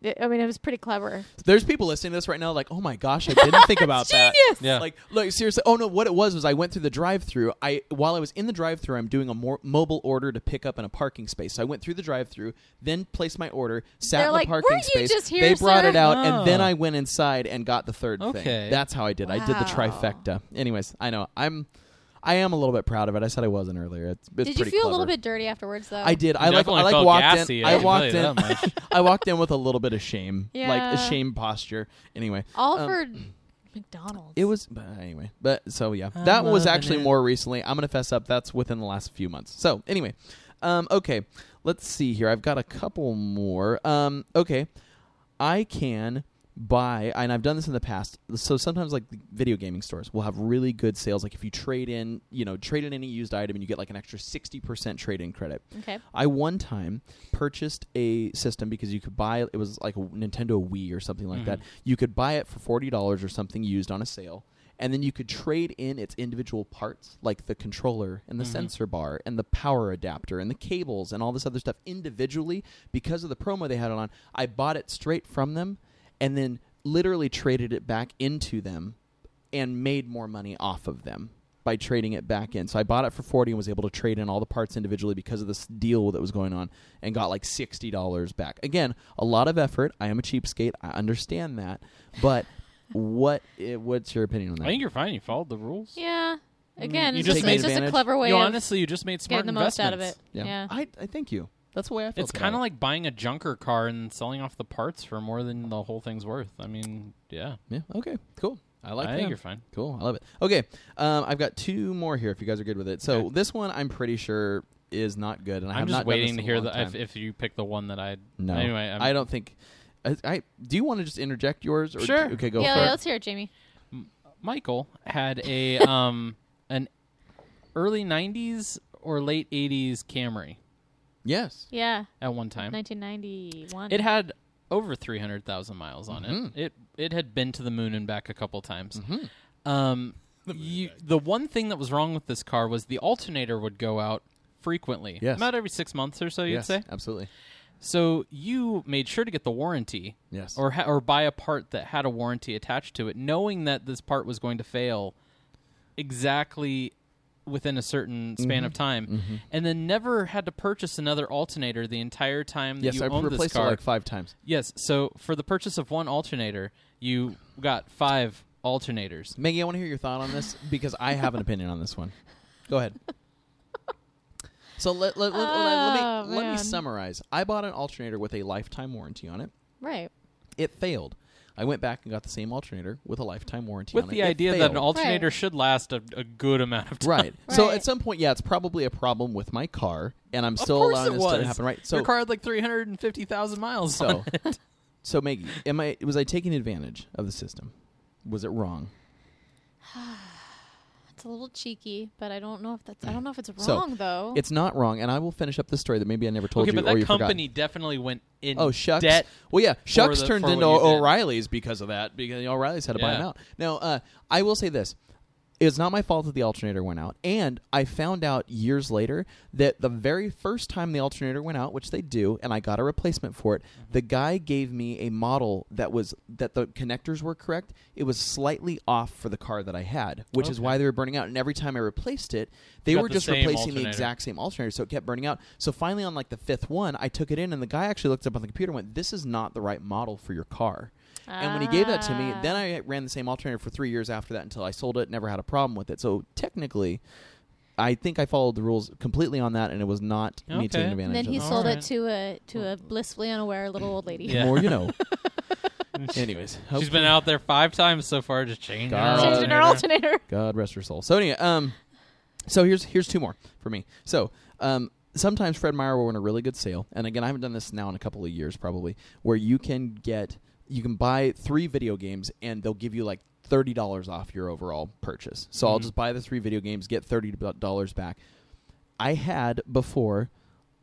S3: it, I mean it was pretty clever.
S1: there's people listening to this right now, like, oh my gosh, I didn't
S3: [laughs]
S1: think about that.
S3: Genius.
S2: Yeah.
S1: Like, like seriously. Oh no, what it was was I went through the drive-through. I while I was in the drive-through, I'm doing a more mobile order to pick up in a parking space. So I went through the drive-through, then placed my order, sat
S3: They're
S1: in
S3: like,
S1: the parking
S3: "Weren't you
S1: space.
S3: just here,
S1: they brought
S3: sir?"
S1: it out,
S2: Oh.
S1: and then I went inside and got the third
S2: Okay.
S1: thing. That's how I did. it. I did the
S3: Wow.
S1: trifecta. Anyways, I know I'm, I am a little bit proud of it. I said I wasn't earlier. It's, it's
S3: Did you
S1: pretty
S3: feel a
S1: clever.
S3: little bit uh, dirty afterwards though?
S1: I did.
S2: You
S1: I like.
S2: definitely
S1: I like
S2: felt
S1: walked
S2: gassy,
S1: in.
S2: I
S1: I
S2: can
S1: walked
S2: tell you
S1: in.
S2: that
S1: [laughs] I walked in with a little bit of shame, like a
S3: Yeah.
S1: shame posture. Anyway,
S3: All
S1: um,
S3: for McDonald's.
S1: it was but anyway, but so yeah,
S2: I'm
S1: that was
S2: loving
S1: actually
S2: it.
S1: more recently. I'm gonna fess up. That's within the last few months. So anyway, um, okay, let's see here. I've got a couple more. Um, okay, I can buy, and I've done this in the past. So sometimes like the video gaming stores will have really good sales. Like if you trade in, you know, trade in any used item, and you get like an extra sixty percent trade in credit.
S3: okay.
S1: I one time purchased a system because you could buy it was like a Nintendo Wii or something like that. You could buy it for forty dollars or something used on a sale, and then you could trade in its individual parts, like the controller and the sensor bar and the power adapter and the cables and all this other stuff individually because of the promo they had it on. I bought it straight from them, and then literally traded it back into them and made more money off of them by trading it back in. So I bought it for 40 and was able to trade in all the parts individually because of this deal that was going on and got like $60 back. Again, a lot of effort. I am a cheapskate. I understand that. But [laughs] what i- what's your opinion on that?
S2: I think you're fine. You followed the rules.
S3: Yeah. Again,
S2: you
S3: it's
S2: just
S3: just,
S2: made
S3: it's just a
S1: advantage.
S3: clever way
S2: You
S3: of
S2: honestly, you just made smart
S3: getting the most out of it.
S2: investments.
S3: Yeah.
S1: I, I thank you. That's the way I feel.
S2: It's kind of like buying a junker car and selling off the parts for more than the whole thing's worth. I mean, yeah,
S1: Yeah, okay. Cool. I like
S2: I
S1: that.
S2: think you're fine.
S1: Cool. I love it. Okay. Um, I've got two more here if you guys are good with it. So
S2: Okay.
S1: this one I'm pretty sure is not good and I
S2: I'm
S1: have
S2: just
S1: not done this
S2: waiting
S1: in
S2: to
S1: a
S2: hear
S1: long
S2: the, if,
S1: time.
S2: if you pick the one that I.
S1: No.
S2: Anyway, um, I'm,
S1: I do not think. I, I do you want to just interject yours? Or
S2: Sure.
S1: okay, go
S3: yeah,
S1: for it.
S3: let's hear it, Jamie.
S2: Michael had
S1: [laughs]
S2: a um an early '90s or late '80s Camry
S1: Yes.
S3: Yeah.
S2: at one time.
S3: 1991.
S2: It had over 300,000 miles on it.
S1: Mhm.
S2: It it had been to the moon and back a couple times.
S1: Mhm.
S2: Um, you, the one thing that was wrong with this car was the alternator would go out frequently.
S1: Yes.
S2: About every six months or so, you'd
S1: yes,
S2: say.
S1: absolutely.
S2: So you made sure to get the warranty
S1: Yes.
S2: or ha- or buy a part that had a warranty attached to it, knowing that this part was going to fail exactly within a certain span
S1: Mm-hmm.
S2: of time, and then never had to purchase another alternator the entire time that
S1: yes,
S2: you
S1: I
S2: owned this
S1: replaced it
S2: car.
S1: like five times.
S2: Yes. So for the purchase of one alternator, you got five alternators.
S1: Maggie, I want to hear your thought on this because I have an opinion on this one. Go ahead. So let let, let, let- let
S3: [laughs] Oh,
S1: me let me
S3: man.
S1: summarize. I bought an alternator with a lifetime warranty on it.
S3: right.
S1: It failed. I went back and got the same alternator with a lifetime warranty
S2: with
S1: on
S2: the
S1: it. It
S2: idea that an
S1: failed.
S2: alternator
S3: Right.
S2: should last a, a good amount of time. [laughs]
S1: Right. So
S3: Right.
S1: at some point, yeah, it's probably a problem with my car, and I'm
S2: Of
S1: still
S2: course
S1: allowing
S2: it
S1: this
S2: was.
S1: to happen. Right.
S2: Your
S1: So,
S2: car had like three hundred and fifty thousand miles. on
S1: so,
S2: it.
S1: so Maggie, am I was I taking advantage of the system? Was it wrong?
S3: It's a little cheeky, but I don't know if that's. I don't know if it's
S1: So,
S3: wrong though.
S1: It's not wrong, and I will finish up the story that maybe I never [laughs] told
S2: okay,
S1: you
S2: but
S1: or
S2: that
S1: you forgot.
S2: company definitely went in
S1: Oh shucks.
S2: debt.
S1: well, yeah, shucks
S2: the-
S1: turned
S2: for
S1: into
S2: what you did.
S1: O'Reilly's because of that. Because O'Reilly's had to buy
S2: Yeah.
S1: him out. Now, uh, I will say this: it's not my fault that the alternator went out, and I found out years later that the very first time the alternator went out, which they do, and I got a replacement for it.
S2: Mm-hmm.
S1: The guy gave me a model that was that the connectors were correct. It was slightly off for the car that I had, which is
S2: Okay.
S1: why they were burning out. And every time I replaced it, they
S2: got
S1: were
S2: the
S1: just
S2: same
S1: replacing the
S2: alternator.
S1: exact exact same alternator, so it kept burning out. So finally, on like the fifth one, I took it in, and the guy actually looked up on the computer and went, "This is not the right model for your car." And when he gave that to me,
S3: Ah.
S1: then I ran the same alternator for three years after that until I sold it. Never had a problem with it. So technically, I think I followed the rules completely on that, and it was not me
S2: Okay.
S1: taking advantage.
S3: and then
S1: of
S3: he
S1: that.
S2: All
S3: sold
S2: right.
S3: it to a to a blissfully unaware little old lady.
S2: Yeah.
S1: The more you
S3: [laughs]
S1: know. Anyways,
S2: Oh. She's
S1: hope-
S2: been out there five times so far, just changing. her
S1: God.
S3: Changing her alternator.
S1: God rest her soul. So anyway, um, so here's here's two more for me. So um, sometimes Fred Meyer will run a really good sale, and again, I haven't done this now in a couple of years probably, where you can get you can buy three video games and they'll give you like thirty dollars off your overall purchase. So I'll
S2: Mhm.
S1: just buy the three video games, get thirty dollars back. I had before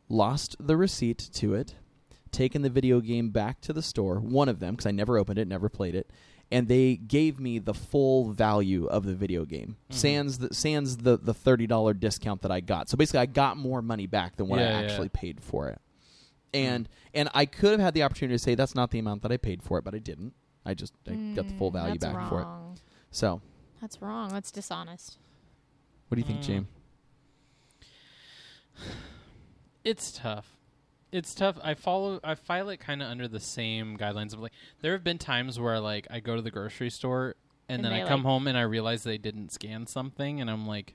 S1: lost the receipt to it, taken the video game back to the store, one of them, because I never opened it, never played it, and they gave me the full value of the video game,
S2: Mm-hmm.
S1: sans the sans the the thirty dollar discount that I got. So basically, I got more money back than what I
S2: Yeah, yeah. Mm.
S1: actually paid for it, and and I could have had the opportunity to say that's not the amount that I paid for it, but I didn't. I just I got the full
S3: Mm,
S1: value
S3: that's
S1: back for it.
S3: wrong.
S1: So,
S3: That's wrong. That's dishonest.
S1: what do you think,
S2: Mm.
S1: James?
S2: It's tough. It's tough. I follow. I file it kind of under the same guidelines of like. There have been times where like I go to the grocery store and,
S3: And
S2: then I
S3: they,
S2: come
S3: like-
S2: home and I realize they didn't scan something, and I'm like,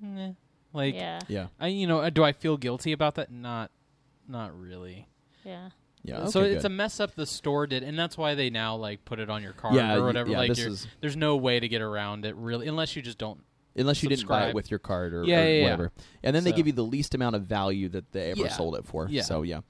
S2: "Meh." like
S3: yeah.
S1: Yeah,
S2: I you know uh, do I feel guilty about that? Not, not really.
S3: Yeah.
S1: yeah.
S2: so
S1: okay,
S2: it's a
S1: good.
S2: mess up the store did, and that's why they now like put it on your card
S1: yeah,
S2: or
S1: y-
S2: whatever.
S1: Yeah,
S2: like
S1: this
S2: you're-
S1: is
S2: there's no way to get around it really, unless you just don't.
S1: unless you didn't buy it
S2: subscribe.
S1: with your card or,
S2: Yeah,
S1: or
S2: yeah, yeah.
S1: whatever. And then they
S2: So-
S1: give you the least amount of value that they ever
S2: Yeah.
S1: sold it for.
S2: Yeah.
S1: So yeah.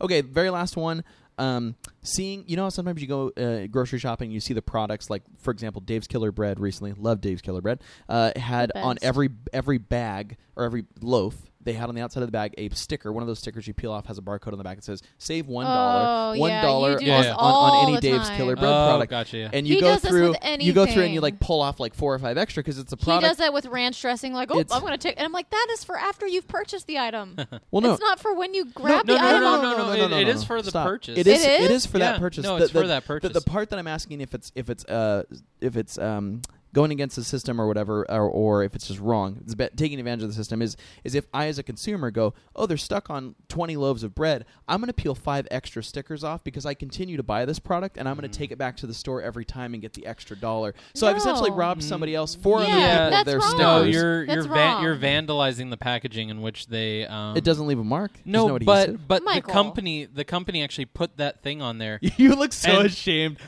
S1: Okay, very last one. Um, seeing you know how sometimes you go uh, grocery shopping, you see the products like for example Dave's Killer Bread recently. Love Dave's Killer Bread. Uh, had
S3: The
S1: on
S3: best.
S1: every every bag or every loaf they had on the outside of the bag a sticker. One of those stickers you peel off has a barcode on the back that says save one dollar,
S3: Oh,
S1: one
S3: yeah, you
S1: dollar
S3: do
S1: on,
S2: this
S1: on, on
S3: all
S1: any
S3: the
S1: Dave's
S3: time.
S1: Killer
S2: Oh,
S1: Bread product.
S2: gotcha. Yeah.
S1: And you
S3: He
S1: go
S3: does this
S1: through,
S3: with
S1: you go through, and you
S3: anything.
S1: like pull off like four or five extra because it's a product.
S3: He does that with ranch dressing. Like, oh,
S1: It's-
S3: I'm gonna take, and I'm like, that is for after you've purchased
S2: [laughs]
S3: the item.
S1: well, no,
S3: It's not for when you grab
S2: no,
S3: the
S2: no,
S3: item.
S2: no, no, no, it- it is for the
S1: Stop.
S2: purchase.
S1: It is.
S3: It
S1: It
S3: is?
S1: is for that
S2: Yeah.
S1: purchase.
S2: No,
S1: The-
S2: it's
S1: the,
S2: for that
S1: the- The,
S2: purchase.
S1: part that I'm asking if it's if it's uh if it's um going against the system or whatever or, or if it's just wrong, it's about taking advantage of the system is is if I as a consumer go, oh, they're stuck on 20 loaves of bread. I'm going to peel five extra stickers off because I continue to buy this product and I'm
S2: Mm.
S1: going to take it back to the store every time and get the extra dollar. So I've essentially
S3: No.
S1: robbed somebody else for other
S3: Yeah,
S1: people
S3: that's
S1: their
S3: wrong.
S2: Mm. No,
S1: stickers.
S2: you're
S3: That's
S2: you're va-
S3: wrong.
S2: you're vandalizing the packaging in which they. Um,
S1: it doesn't leave a mark. There's
S2: No,
S1: no
S2: but
S1: adhesive.
S2: but the
S3: Michael.
S2: company the company actually put that thing on there,
S1: [laughs] you look so
S2: And-
S1: ashamed.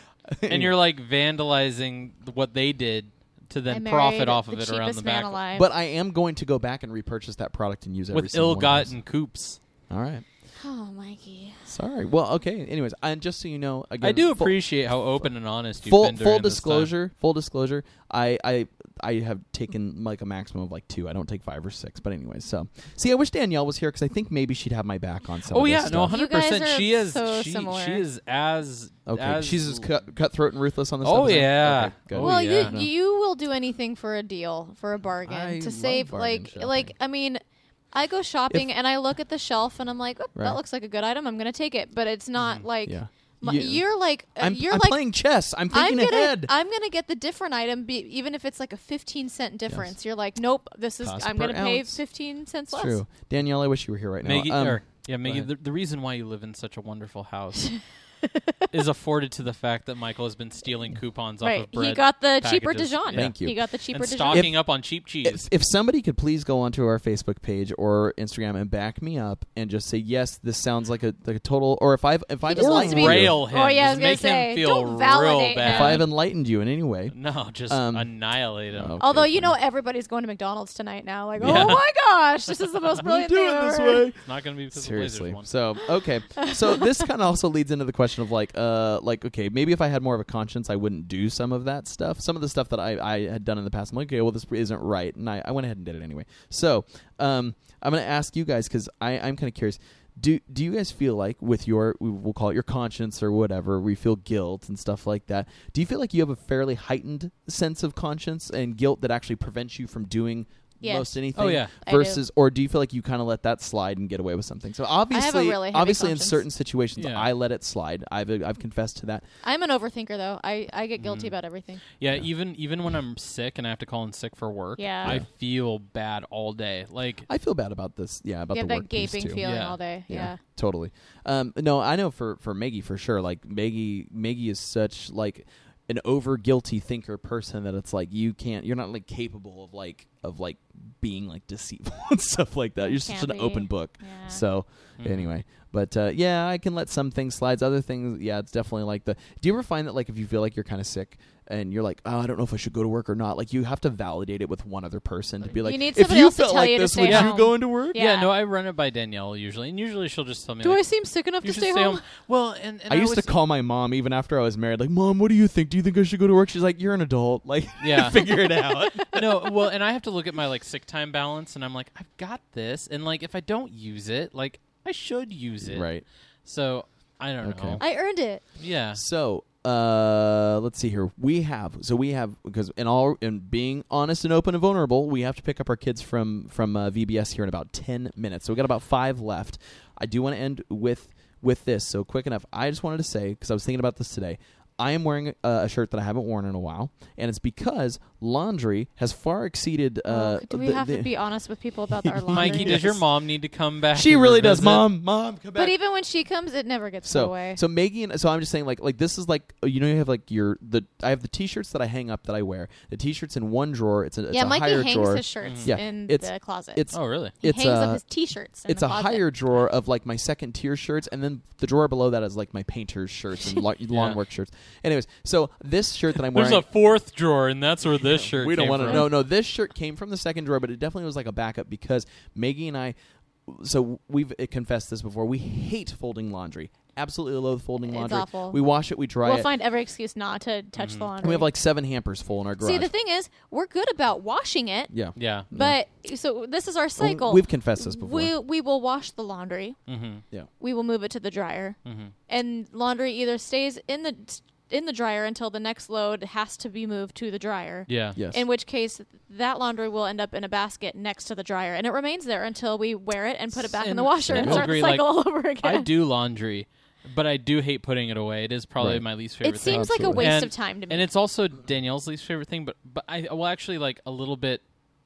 S2: and
S1: [laughs]
S2: you're like vandalizing what they did to
S3: I
S2: then
S3: married
S2: profit off of
S3: the
S2: it around the
S3: cheapest man
S2: back
S3: alive.
S1: But I am going to go back and repurchase that product and use every
S2: with
S1: single one of those.
S2: ill-gotten coops.
S1: All right.
S3: oh, Mikey.
S1: Sorry. Well, okay. Anyways, and just so you know, again,
S2: I do
S1: full-
S2: appreciate how open and honest you've
S1: full
S2: been. during
S1: full
S2: this time.
S1: disclosure. Full disclosure. I I I have taken like a maximum of like two. I don't take five or six. But anyways, so see, I wish Danielle was here because I think maybe she'd have my back on some.
S2: Oh
S1: of this
S2: yeah, no,
S1: stuff.
S2: hundred
S3: You
S2: percent.
S3: guys are
S2: She is
S3: so
S2: she,
S3: similar.
S2: she is as
S1: Okay,
S2: As
S1: she's as cut, cutthroat and ruthless on this.
S2: Oh,
S1: episode?
S2: yeah.
S1: Okay, good.
S2: Oh,
S3: well,
S2: yeah.
S3: you you will do anything for a deal, for a bargain,
S1: I
S3: to
S1: love
S3: save.
S1: bargain
S3: Like
S1: shopping.
S3: like I mean, I go shopping and I look at the shelf and I'm like, oh,
S1: Right.
S3: that looks like a good item. I'm gonna take it, but it's not
S2: Mm-hmm.
S3: like
S1: Yeah.
S3: my,
S1: Yeah.
S3: you're like uh,
S1: I'm,
S3: you're
S1: I'm
S3: like
S1: playing chess. I'm
S3: I'm
S1: thinking
S3: gonna
S1: ahead.
S3: I'm gonna get the different item, be, even if it's like a 15 cent difference. You're like, nope, this is
S1: Cost
S3: I'm
S1: per
S3: gonna pay
S1: ounce.
S3: 15
S1: it's
S3: cents less. [laughs]
S1: true. Danielle, I wish you were here right now.
S2: Maggie,
S1: Um,
S2: or, yeah, Maggie.
S1: ahead.
S2: The, the reason why you live in such a wonderful house is afforded to the fact that Michael has been stealing coupons off
S3: right.
S2: of bread.
S3: He got the cheaper
S2: packages.
S3: Dijon.
S2: Yeah.
S1: Thank you.
S3: He got the cheaper
S2: and
S3: Dijon.
S2: stocking up on cheap cheese.
S1: If, if somebody could please go onto our Facebook page or Instagram and back me up and just say yes, this sounds like a like a total. Or if I've if I've
S3: just
S1: enlightened
S3: wants to be-
S1: you,
S2: Rail him.
S3: Oh, yeah, I
S2: just
S3: was gonna
S2: make
S3: say,
S2: him feel
S3: don't
S2: real
S3: validate
S1: if I've
S2: bad.
S1: enlightened you in any way,
S2: [laughs] No, just
S1: Um, oh.
S2: annihilate him.
S1: no.
S3: Although you know everybody's going to McDonald's tonight now. Like,
S2: Yeah.
S3: oh my gosh, this is
S1: [laughs]
S3: the most brilliant thing I've ever heard.
S2: It's not going to be because
S1: Seriously.
S2: the Blazers
S1: So okay.
S2: [laughs]
S1: So this kind of also leads into the question of like, uh, like okay, maybe if I had more of a conscience, I wouldn't do some of that stuff. Some of the stuff that I, I had done in the past, I'm like, okay, well this isn't right, and I, I went ahead and did it anyway. So um, I'm gonna ask you guys because I I'm kind of curious. Do do you guys feel like with your we- we'll call it your conscience or whatever we feel guilt and stuff like that? Do you feel like you have a fairly heightened sense of conscience and guilt that actually prevents you from doing?
S3: Yes.
S1: Most anything
S2: Oh, yeah.
S3: I do.
S1: versus or do you feel like you kind of let that slide and get away with something? So
S3: have a
S1: obviously,
S3: really heavy
S1: obviously, in
S3: conscience.
S1: certain situations,
S2: Yeah.
S1: I let it slide. I've I've confessed to that.
S3: I'm an overthinker though. I, I get guilty about everything.
S2: Yeah, even even when I'm sick and I have to call in sick for work,
S3: Yeah.
S2: I
S3: Yeah.
S2: feel bad all day. Like
S1: I feel bad about this. Yeah, about
S3: you have
S1: the
S3: that
S1: work piece,
S3: gaping
S1: too.
S3: feeling
S2: Yeah.
S3: all day. Yeah.
S1: totally. Um, no, I know for for Maggie for sure. Like Maggie, Maggie is such like an over guilty thinker person that it's like you can't. You're not like capable of like of like being like deceitful [laughs] and stuff like that. You're such
S3: Can't
S1: an open
S3: be.
S1: book.
S3: Yeah.
S1: So
S3: Mm-hmm.
S2: Mhm.
S1: anyway, but uh, yeah, I can let some things slide. Other things, yeah, it's definitely like the. Do you ever find that like if you feel like you're kind of sick and you're like, oh, I don't know if I should go to work or not, like you have to validate it with one other person to be like,
S3: You need
S1: if
S3: somebody
S1: you
S3: else to
S1: felt
S3: tell
S1: like
S3: you to
S1: this,
S3: stay
S1: would you
S3: home."
S1: go into work?
S2: yeah.
S3: Yeah.
S2: no, I run it by Danielle usually, and usually she'll just tell me
S3: Do
S2: like,
S3: I seem sick enough
S2: you
S3: to
S2: should
S3: stay,
S2: stay
S3: home?
S2: Well, and, and
S1: I used to
S2: always-
S1: call my mom even after I was married, like, Mom, what do you think? Do you think I should go to work? She's like, You're an adult. [laughs] Like,
S2: Yeah.
S1: figure
S2: [laughs]
S1: it out.
S2: [laughs]
S1: [laughs]
S2: no, well, and I have to look at my like sick time balance, and I'm like, I've got this, and like if I don't use it, like I should use it,
S1: right.
S2: So I don't
S1: Okay.
S2: know.
S3: I earned it.
S2: yeah,
S1: So, uh, let's see here. We have, so we have, because in all, in being honest and open and vulnerable, we have to pick up our kids from, from uh, VBS here in about 10 minutes. So we got about five left. I do want to end with, with this. So quick enough. I just wanted to say, because I was thinking about this today, I am wearing a, a shirt that I haven't worn in a while, and it's because laundry has far exceeded. Uh,
S3: Oh, do we
S1: the-
S3: have
S1: the-
S3: to be honest with people
S1: [laughs]
S3: about our laundry?
S2: Mikey, does your mom need to come back?
S1: She
S2: and
S1: really does,
S2: revisit?
S1: mom. Mom, come back.
S3: But even when she comes, it never gets put
S1: so,
S3: away.
S1: so Maggie and so I'm just saying like like this is like you know you have like your the I have the t-shirts that I hang up that I wear. The t-shirts in one drawer. It's a it's
S3: yeah,
S1: a
S3: Mikey
S1: higher
S3: hangs
S1: drawer. Mm.
S3: his shirts
S1: Yeah,
S3: in
S1: it's-
S3: the closet.
S1: it's
S2: Oh, really?
S3: he
S1: it's
S3: hangs
S1: a-
S3: up his t-shirts. In
S1: it's
S3: the
S1: a
S3: closet.
S1: higher drawer of like my second tier shirts, and then the drawer below that is like my painter's shirts and
S3: [laughs]
S1: lo- lawn work shirts. Anyways, so this shirt that I'm wearing,
S2: There's a fourth drawer, and that's where this shirt.
S1: we don't
S2: came
S1: want to.
S2: from.
S1: No, no. This shirt came from the second drawer, but it definitely was like a backup because Maggie and I. So we've eh, confessed this before. We hate folding laundry. Absolutely loathe folding
S3: It's
S1: laundry.
S3: awful.
S1: We wash it. We dry
S3: We'll
S1: it.
S3: find every excuse not to touch the laundry.
S1: we have like seven hampers full in our garage.
S3: See, the thing is, we're good about washing it.
S1: yeah.
S2: Yeah.
S3: But so this is our
S1: Well,
S3: cycle.
S1: We've confessed this before.
S3: We we will wash the laundry.
S2: Mm-hmm.
S1: yeah.
S3: We will move it to the dryer,
S2: Mhm.
S3: and laundry either stays in the in the dryer until the next load has to be moved to the dryer.
S2: Yeah.
S1: Yes.
S3: In which case, that laundry will end up in a basket next to the dryer, and it remains there until we wear it and put it back in
S2: And-
S3: the washer
S2: and
S3: and
S2: we'll
S3: start the
S2: agree,
S3: cycle
S2: like,
S3: all over again.
S2: I do laundry, but I do hate putting it away. It is probably
S1: Right.
S2: my least favorite
S3: It
S2: thing.
S3: seems like a
S1: Absolutely.
S3: waste
S2: and,
S3: of time to me.
S2: And it's also Danielle's least favorite thing, but but I well actually like a little bit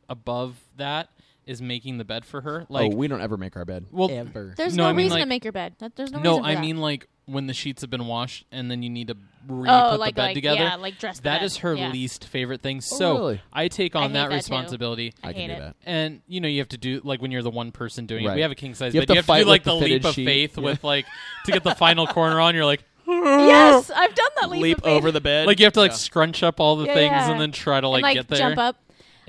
S2: above that is making the bed for her. Like
S1: oh, we don't ever make our bed.
S2: Well,
S1: ever.
S3: There's
S2: no,
S3: no,
S2: I mean,
S3: reason
S2: like-
S3: to make your bed. That- There's no,
S2: no,
S3: reason for
S2: I
S3: that.
S2: mean like when the sheets have been washed and then you need to re
S3: oh,
S2: put
S3: like
S2: the bed
S3: like
S2: together.
S3: yeah, like dress. the
S2: that
S3: bed.
S2: is her
S3: Yeah.
S2: least favorite thing. So
S1: Oh, really?
S2: I take
S3: I
S2: on
S3: hate
S2: that,
S3: that too.
S2: responsibility.
S3: I
S1: I can
S3: hate
S1: do
S3: it.
S1: that.
S2: And you know you have to do like when you're the one person doing it.
S1: Right.
S2: We have a king size
S1: You
S2: bed.
S1: have
S2: you have to do
S1: to fight
S2: like
S1: with the
S2: the leap
S1: fitted
S2: of
S1: sheet.
S2: faith
S1: Yeah.
S2: with like to get the final corner on. You're
S1: [laughs]
S2: like
S3: Yes, I've done that.
S1: Leap
S3: of faith.
S1: over the bed.
S2: like you have to like
S1: Yeah.
S2: scrunch up all the
S3: Yeah,
S2: things
S3: yeah.
S2: and then try to like,
S3: and, like
S2: get there.
S3: jump up.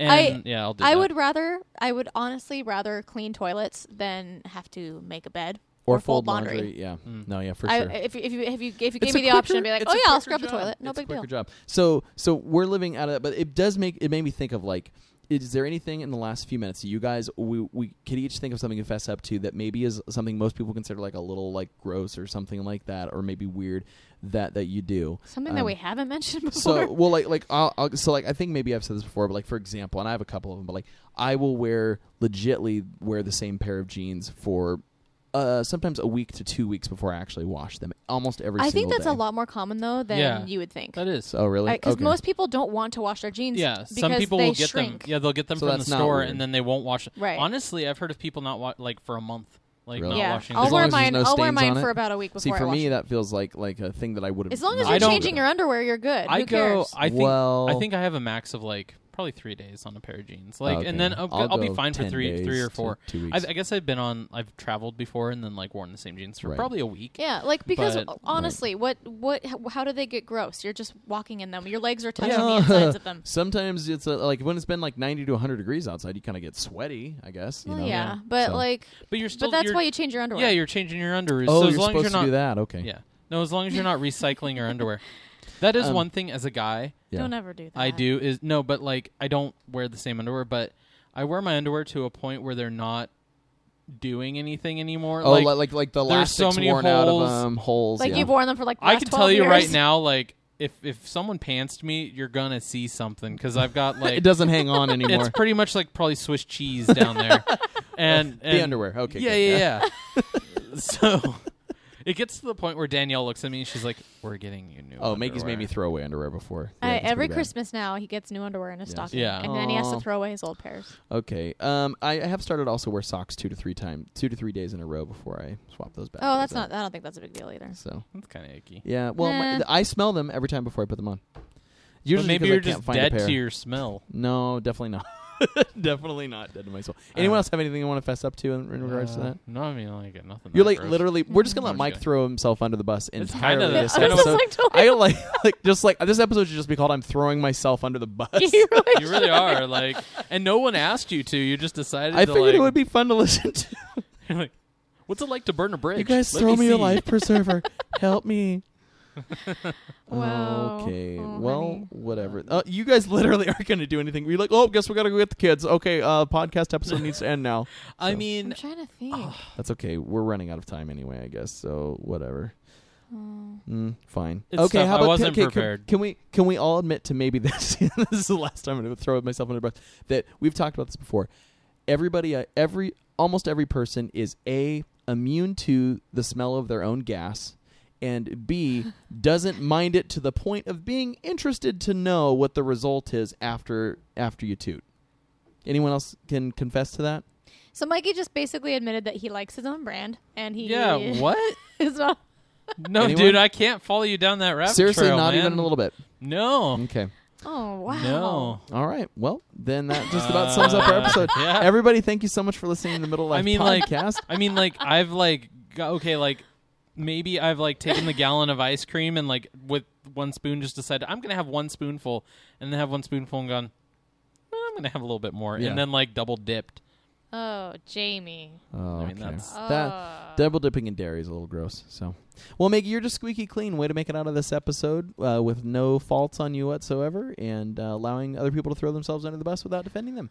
S2: And
S3: I-
S2: yeah, I'll do
S3: I
S2: that.
S3: would rather, I would honestly rather clean toilets than have to make a bed
S1: or fold laundry. Yeah. No, yeah, for
S3: I,
S1: sure.
S3: if, you- if you if you if you
S1: It's
S3: gave me the
S1: a
S3: option, I'd be
S1: quicker-
S3: like,
S1: it's
S3: oh
S1: a
S3: yeah, I'll
S1: quicker
S3: scrub the
S1: job.
S3: toilet. No
S1: It's a
S3: big
S1: quicker
S3: deal.
S1: Job. So so we're living out of that, but it does make it made me think of like, is there anything in the last few minutes you guys we we could each think of something to fess up to that maybe is something most people consider like a little like gross or something like that or maybe weird that that you do
S3: Something
S1: Um,
S3: that we haven't [laughs] mentioned before.
S1: So well, like like I'll, I'll so like I think maybe I've said this before, but like for example, and I have a couple of them, but like I will wear legitly wear the same pair of jeans for uh sometimes a week to two weeks before I actually wash them. Almost every.
S3: I think
S1: single
S3: that's
S1: day.
S3: a lot more common though than
S2: Yeah.
S3: you would think.
S2: that is.
S1: Oh really?
S3: Because
S1: okay.
S3: most people don't want to wash their jeans.
S2: Yeah,
S3: because
S2: some people
S3: they
S2: will get
S3: shrink.
S2: them. Yeah, they'll get them
S1: So
S2: from the
S1: that's not
S2: store
S1: weird.
S2: and then they won't wash.
S3: Right.
S2: Honestly, I've heard of people not wa- like for a month. like
S1: Really?
S2: not
S3: yeah,
S2: washing.
S1: As
S3: I'll
S2: the
S1: long
S3: wear
S1: as there's
S3: mine.
S1: no
S3: I'll wear
S1: stains
S3: mine
S1: on it.
S3: for about a week before
S1: See, for
S3: I wash
S1: me,
S3: it.
S1: that feels like like a thing that I would have.
S3: As long as
S2: I
S3: you're
S2: don't-
S3: changing your underwear, you're good.
S2: I
S3: Who
S2: go.
S3: cares?
S2: I think.
S1: Well-
S2: I think I have a max of like probably three days on a pair of jeans. Like,
S1: Okay.
S2: and then I'll, go-
S1: I'll
S2: I'll be
S1: go
S2: fine for
S1: 10
S2: three,
S1: days
S2: three or
S1: to
S2: four.
S1: two
S2: I've,
S1: weeks.
S2: I guess I've been on. I've traveled before and then like worn the same jeans for
S1: Right.
S2: probably a week.
S3: yeah, like because
S2: But-
S3: honestly, what what how, how do they get gross? You're just walking in them. Your legs are touching
S1: Yeah.
S3: the
S1: [laughs]
S3: insides of them.
S1: Sometimes it's uh like when it's been like 90 to 100 degrees outside, you kind of get sweaty. I guess. You
S3: Well,
S1: know?
S3: yeah,
S2: Yeah.
S3: but
S1: So-
S3: like,
S2: But you're still.
S3: but that's
S2: you're,
S3: why you change your underwear.
S2: Yeah, you're changing your underwear.
S1: Oh,
S2: so as
S1: you're
S2: long
S1: supposed
S2: as you're not
S1: to do that. Okay.
S2: Yeah. No, as long as you're not recycling your underwear. That is
S1: Um,
S2: one thing as a guy
S1: Yeah.
S3: don't ever do that.
S2: I do is no, but like I don't wear the same underwear, but I wear my underwear to a point where they're not doing anything anymore.
S1: Oh,
S2: like,
S1: like like, like the
S2: there's
S1: elastic's
S2: so many
S1: worn out of
S2: holes.
S1: them holes.
S3: Like
S1: yeah.
S3: you've worn them for like. the
S2: I
S3: last
S2: can
S3: 12
S2: tell you right
S3: years.
S2: now, like if if someone pantsed me, you're gonna see something because I've got
S1: [laughs] it
S2: like
S1: doesn't hang on
S2: [laughs]
S1: anymore.
S2: it's pretty much like probably Swiss cheese down there,
S1: [laughs]
S2: and,
S1: the
S2: and-
S1: underwear. Okay.
S2: yeah,
S1: good.
S2: yeah,
S1: [laughs]
S2: yeah. so it gets to the point where Danielle looks at me and she's like, "We're getting you new."
S1: [laughs] Oh, Maggie's made
S2: underwear."
S1: me throw away underwear before. Yeah,
S3: I-
S1: that's pretty
S3: every
S1: bad.
S3: Christmas now, he gets new underwear in his
S1: Yes.
S3: stocking,
S2: Yeah.
S3: and then he has to
S1: Aw.
S3: throw away his old pairs.
S1: Okay. Um, I, I have started to also wear socks two to three time, two to three days in a row before I swap those back.
S3: Oh, that's
S1: So-
S3: not. I don't think that's a big deal
S2: [laughs]
S3: either.
S1: So
S2: That's kind of icky.
S1: yeah. Well, my,
S3: Nah.
S1: th- I smell them every time before I put them on.
S2: But
S1: Usually
S2: maybe
S1: 'cause
S2: you're
S1: I can't
S2: just
S1: find
S2: dead
S1: a pair.
S2: to your smell.
S1: No, definitely not. [laughs] definitely not dead to my soul.
S2: All
S1: Anyone
S2: right.
S1: else have anything they want to fess up to in, in regards to
S2: Uh,
S1: that?
S2: No, I mean I get nothing.
S1: You're
S2: that
S1: like
S2: gross.
S1: literally. We're just gonna
S2: I'm
S1: let
S2: just
S1: Mike
S2: kidding.
S1: throw himself under the bus
S2: It's
S1: entirely.
S2: kinda-
S1: this
S2: it's kinda
S1: episode.
S3: like,
S1: [laughs]
S3: don't
S1: I like like just like this episode should just be called "I'm throwing myself under the bus."
S2: [laughs]
S3: [laughs] you really
S2: You really are like, and no one asked you to. You just decided. to,
S1: I figured
S2: like,
S1: it would be fun to listen to.
S2: You're [laughs] like, what's it like to burn a bridge?
S1: You guys
S2: Let
S1: throw me a
S2: see."
S1: life preserver. Help me.
S3: [laughs] Wow.
S1: Okay.
S3: Oh,
S1: well,
S3: honey.
S1: whatever. Uh, you guys literally [laughs] aren't going to do anything. We're like, oh, guess we got to go get the kids. Okay, uh, podcast episode needs to end
S3: [laughs]
S1: now.
S2: I
S1: So,
S3: I'm
S2: mean,
S3: trying to think.
S1: that's okay. We're running out of time anyway, I guess. So whatever.
S3: Um,
S1: Mm, fine.
S2: It's
S1: okay.
S2: tough.
S1: How
S2: I
S1: about
S2: wasn't
S1: okay, can-
S2: prepared.
S1: Can, we can we all admit to maybe [laughs] this? this is the last time I'm going to throw myself under the bus. That we've talked about this before. Everybody, uh, every almost every person is a immune to the smell of their own gas,
S2: [laughs]
S1: and b doesn't mind it to the point of being interested to know what the result is after after you toot. Anyone else can confess to that?
S3: So Mikey just basically admitted that he likes his own brand, and he
S2: yeah.
S3: [laughs]
S2: What?
S3: is not.
S2: No,
S1: Anyone?
S2: dude, I can't follow you down that rabbit
S1: Seriously,
S2: trail,
S1: not
S2: man.
S1: even a little bit.
S2: No.
S1: Okay.
S3: Oh wow.
S2: No.
S1: All right. Well, then that just about sums
S2: [laughs]
S1: up our
S2: Uh,
S1: episode.
S2: yeah.
S1: [laughs] Everybody, thank you so much for listening to the Middle Life
S2: I mean, like-
S1: podcast.
S2: I mean, like, I've like, go- okay, like, maybe I've like taken the gallon of ice cream and like with one spoon just decided I'm gonna have one spoonful, and then have one spoonful and gone. "Eh, I'm gonna have a little bit more,
S1: Yeah.
S2: and then like double dipped.
S3: Oh, Jamie.
S2: [laughs]
S1: oh,
S2: I mean,
S1: okay.
S2: that's-
S1: that double dipping in dairy is a little gross. So, well, Maggie, you're just squeaky clean. Way to make it out of this episode uh, with no faults on you whatsoever, and uh, allowing other people to throw themselves under the bus without defending them.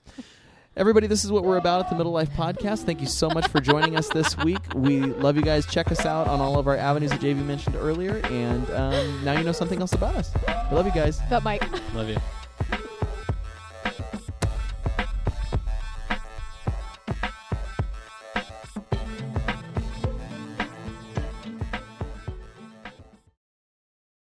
S1: Everybody, this is what we're about at the Middle Life Podcast. Thank you so much for joining us this week. We love you guys. Check us out on all of our avenues that JV mentioned earlier, and um, now you know something else about us. We love you guys.
S3: But Mike. [laughs]
S2: Love you.